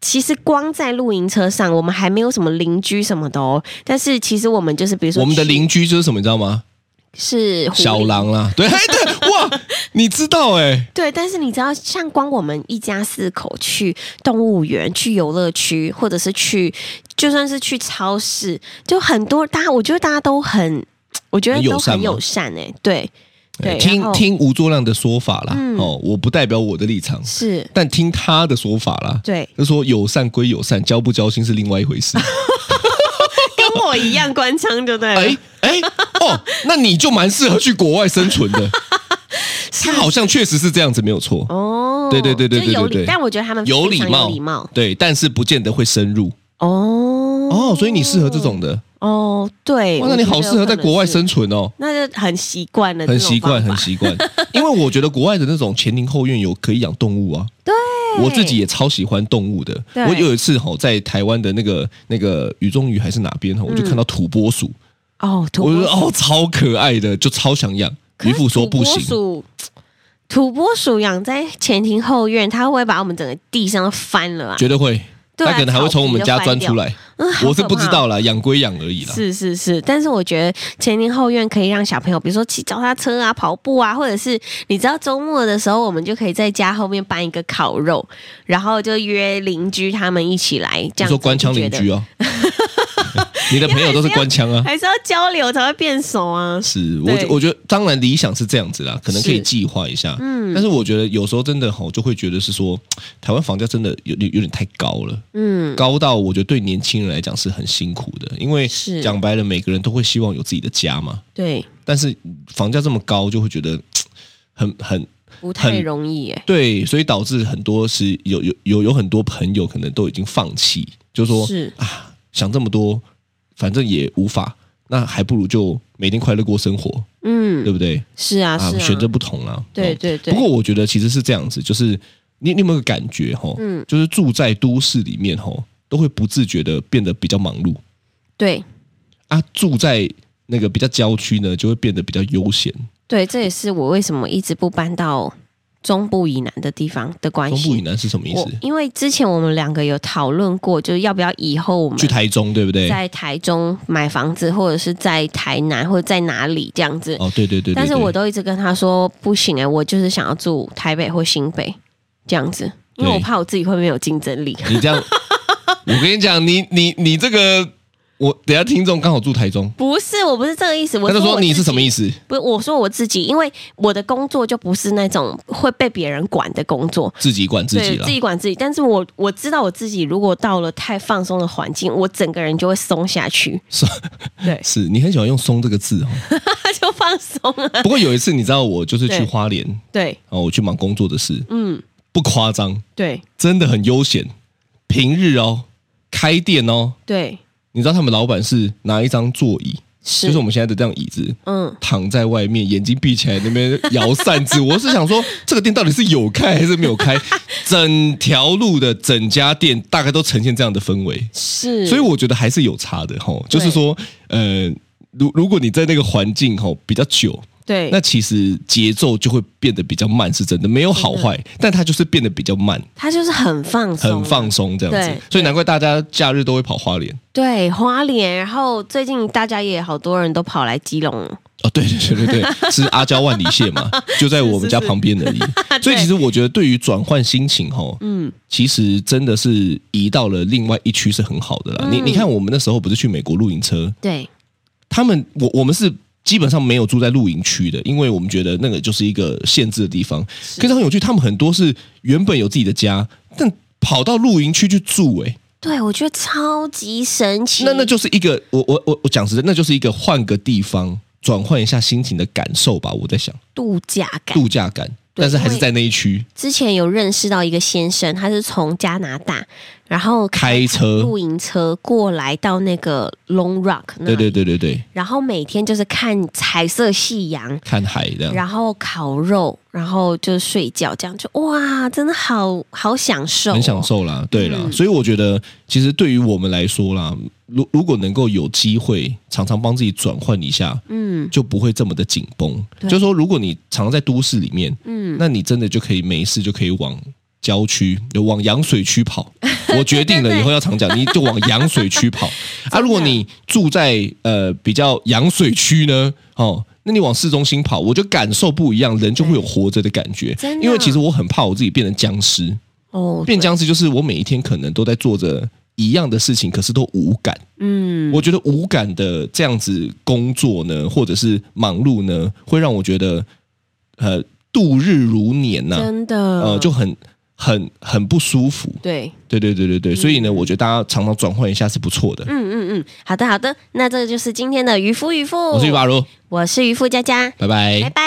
Speaker 2: 其实光在露营车上，我们还没有什么邻居什么的哦。但是其实我们就是， 比如说
Speaker 3: 我们的
Speaker 2: 去
Speaker 3: 邻居就是什么，你知道吗？
Speaker 2: 是狐狸
Speaker 3: 小狼啦，对，哎对，哇，你知道哎、
Speaker 2: 对，但是你知道，像光我们一家四口去动物园、去游乐区，或者是去，就算是去超市，就很多大家，我觉得大家都很，我觉得
Speaker 3: 很友
Speaker 2: 都
Speaker 3: 善
Speaker 2: 很
Speaker 3: 吗
Speaker 2: 友善哎、对对，
Speaker 3: 听
Speaker 2: 然后
Speaker 3: 听吴作亮的说法啦，
Speaker 2: 嗯
Speaker 3: 哦，我不代表我的立场，
Speaker 2: 是，
Speaker 3: 但听他的说法啦，
Speaker 2: 对，
Speaker 3: 就说友善归友善，交不交心是另外一回 事。
Speaker 2: 跟我一样关枪，对不对了？
Speaker 3: 哎哎哦，那你就蛮适合去国外生存 的。他好像确实是这样子，没有错，
Speaker 2: 哦，
Speaker 3: 对对对对
Speaker 2: 就有
Speaker 3: 对对
Speaker 2: 礼
Speaker 3: 对
Speaker 2: 但我觉得他们
Speaker 3: 有
Speaker 2: 非
Speaker 3: 礼
Speaker 2: 常有
Speaker 3: 貌，
Speaker 2: 礼貌
Speaker 3: 对，但是不见得会深入
Speaker 2: 哦
Speaker 3: 哦，所以你适合这种的。
Speaker 2: 哦，对，
Speaker 3: 哇，
Speaker 2: 我
Speaker 3: 那你
Speaker 2: 觉
Speaker 3: 好
Speaker 2: 得
Speaker 3: 适合
Speaker 2: 可
Speaker 3: 在
Speaker 2: 能
Speaker 3: 国外
Speaker 2: 是，
Speaker 3: 生存哦，
Speaker 2: 那就很习惯了，
Speaker 3: 很
Speaker 2: 这种
Speaker 3: 习惯，
Speaker 2: 方
Speaker 3: 很
Speaker 2: 法
Speaker 3: 习惯。 因为我觉得国外的那种前庭后院有可以养动物啊，对，我自己也超喜欢动物的。
Speaker 2: 对
Speaker 3: 我有一次吼，在台湾的那个那个雨中鱼还是哪边吼，我就看到土拨鼠，
Speaker 2: 哦，嗯土
Speaker 3: 我就
Speaker 2: 拨
Speaker 3: 说
Speaker 2: 鼠
Speaker 3: 哦，超可爱的，就超想养。
Speaker 2: 可
Speaker 3: 渔
Speaker 2: 是
Speaker 3: 夫说
Speaker 2: 土拨
Speaker 3: 不行，
Speaker 2: 鼠土拨鼠养在前庭后院，它会不会把我们整个地上都翻了啊！
Speaker 3: 绝对会。
Speaker 2: 对
Speaker 3: 它
Speaker 2: 啊
Speaker 3: 可能还会从我们家钻出来，啊
Speaker 2: 嗯
Speaker 3: 我是不知。道啦，养归养而已啦。
Speaker 2: 是是是，但是我觉得前庭后院可以让小朋友，比如说骑脚踏车啊、跑步啊，或者是你知道周末的时候，我们就可以在家后面办一个烤肉，然后就约邻居他们一起来，这样
Speaker 3: 你说官腔邻居
Speaker 2: 啊，
Speaker 3: 哦， 你的朋友都是官腔啊。
Speaker 2: 还哎是要交流才会变熟啊。
Speaker 3: 是我
Speaker 2: 对
Speaker 3: 我觉得当然理想是这样子啦，可能可以
Speaker 2: 是
Speaker 3: 计划一下。嗯，但是我觉得有时候真的吼，就会觉得是说，台湾房价真的有点有点太高了，
Speaker 2: 嗯，
Speaker 3: 高到我觉得对年轻人来讲是很辛苦的，因为
Speaker 2: 是
Speaker 3: 讲白了，每个人都会希望有自己的家嘛。
Speaker 2: 对，
Speaker 3: 但是房价这么高，就会觉得很很
Speaker 2: 不太
Speaker 3: 很
Speaker 2: 容易哎、
Speaker 3: 对，所以导致很多是有有有有很多朋友可能都已经放弃，就说
Speaker 2: 是
Speaker 3: 啊，想这么多，反正也无法，那还不如就每天快乐过生活，
Speaker 2: 嗯，
Speaker 3: 对不对？
Speaker 2: 是啊，是啊，
Speaker 3: 选择不同啦。
Speaker 2: 对
Speaker 3: 哦
Speaker 2: 对对
Speaker 3: 不过我觉得其实是这样子，就是你你有没有个感觉哈？
Speaker 2: 嗯
Speaker 3: 就是住在都市里面哈，都会不自觉的变得比较忙碌
Speaker 2: 对
Speaker 3: 啊，住在那个比较郊区呢，就会变得比较悠闲。
Speaker 2: 对，这也是我为什么一直不搬到中部以南的地方的关
Speaker 3: 中部以
Speaker 2: 系。
Speaker 3: 南是什么意
Speaker 2: 我
Speaker 3: 思？
Speaker 2: 因为之前我们两个有讨论过，就是要不要以后我们
Speaker 3: 去台中对不对？
Speaker 2: 在台中买房子，或者是在台南或者在哪里这样子。
Speaker 3: 哦，对对对对对。
Speaker 2: 但是我都一直跟他说不行哎、我就是想要住台北或新北这样子，因为
Speaker 3: 对
Speaker 2: 我怕我自己会没有竞争力。
Speaker 3: 你 这样，我跟你讲，你你你这个，我等一下听众刚好住台中，
Speaker 2: 不是，我不是这个意思。我
Speaker 3: 他就
Speaker 2: 我
Speaker 3: 说你
Speaker 2: 自
Speaker 3: 是什
Speaker 2: 己
Speaker 3: 么意思？
Speaker 2: 不是，我说我自己，因为我的工作就不是那种会被别人管的工作，
Speaker 3: 自己管自己
Speaker 2: 对
Speaker 3: 了
Speaker 2: 自。己管自己。但是我我知道我自己，如果到了太放松的环境，我整个人就会松下去，
Speaker 3: 松，
Speaker 2: 对
Speaker 3: 是你很喜欢用“松”这个字 哦。
Speaker 2: 他就放松了。
Speaker 3: 不过有一次，你知道我就是去
Speaker 2: 对
Speaker 3: 花莲
Speaker 2: 对，
Speaker 3: 哦，我去忙工作的事，
Speaker 2: 嗯，
Speaker 3: 不夸张，
Speaker 2: 对
Speaker 3: 真的很悠闲。平日哦，开店哦，
Speaker 2: 对
Speaker 3: 你知道他们老板是拿一张座椅，
Speaker 2: 是，
Speaker 3: 就是我们现在的这样椅子，
Speaker 2: 嗯，
Speaker 3: 躺在外面，眼睛闭起来那边摇扇子。 我是想说，这个店到底是有开还是没 有开？整条路的整家店大概都呈现这样的氛围，
Speaker 2: 是，
Speaker 3: 所以我觉得还是有差的哈。吼就是说，呃，如如果你在那个环境哈比较久，
Speaker 2: 对
Speaker 3: 那，其实节奏就会变得比较慢，是真的，没有好坏，但它就是变得比较慢，
Speaker 2: 他就是很放松，
Speaker 3: 很放松这样
Speaker 2: 对
Speaker 3: 子，所以难怪大家假日都会跑花莲。
Speaker 2: 对花莲，然后最近大家也好多人都跑来基隆，
Speaker 3: 哦，对对对对对，是阿胶万里线嘛，就在我们家旁边而已。 所以其实我觉得，对于转换心情哈，嗯，其实真的是移到了另外一区是很好的啦。你你看，我们那时候不是去美国露营车，
Speaker 2: 对
Speaker 3: 他们我我们是基本上没有住在露营区的，因为我们觉得那个就是一个限制的地方。可是很有趣，他们很多是原本有自己的家，但跑到露营区去住、欸，
Speaker 2: 对，我觉得超级神奇。
Speaker 3: 那那就是一个我我我我讲实在，那就是一个换个地方转换一下心情的感受吧。我在想
Speaker 2: 度假感。
Speaker 3: 度假感，但是还是在那一区
Speaker 2: 之前有认识到一个先生，他是从加拿大，然后
Speaker 3: 开车。
Speaker 2: 露营车过来到那个 Long Rock 那
Speaker 3: 对
Speaker 2: 里，
Speaker 3: 对对对对，
Speaker 2: 然后每天就是看彩色夕阳，
Speaker 3: 看海这样。
Speaker 2: 然后烤肉，然后就睡觉，这样就哇，真的好好享受、
Speaker 3: 很享。受啦，对
Speaker 2: 嗯
Speaker 3: 啦，所以我觉得其实对于我们来说啦，如如果能够有机会常常帮自己转换一下，
Speaker 2: 嗯，
Speaker 3: 就不会这么的紧绷。
Speaker 2: 对
Speaker 3: 就是说，如果你常在都市里面，嗯，那你真的就可以没事就可以往郊区、往洋水区 跑。我决定了以后要常讲，你就往洋水区跑啊。如果你住在呃比较洋水区呢，哦。那你往市中心跑，我就感受不一样，人就会有活着的感觉
Speaker 2: 真。的
Speaker 3: 因为其实我很怕我自己变成僵尸，
Speaker 2: 哦，
Speaker 3: 变僵尸就是我每一天可能都在做着一样的事情，可是都无感。
Speaker 2: 嗯，
Speaker 3: 我觉得无感的这样子工作呢，或者是忙碌呢，会让我觉得呃度日如年呐、
Speaker 2: 真的，
Speaker 3: 呃就很很很不舒服。
Speaker 2: 对，
Speaker 3: 对对对对对，所以呢，我觉得大家常常转换一下是不错的。
Speaker 2: 嗯嗯嗯，好的好的，那这就是今天的渔夫渔夫，
Speaker 3: 我是玉巴如，哎
Speaker 2: 我是渔夫佳佳，
Speaker 3: 拜拜
Speaker 2: 拜拜。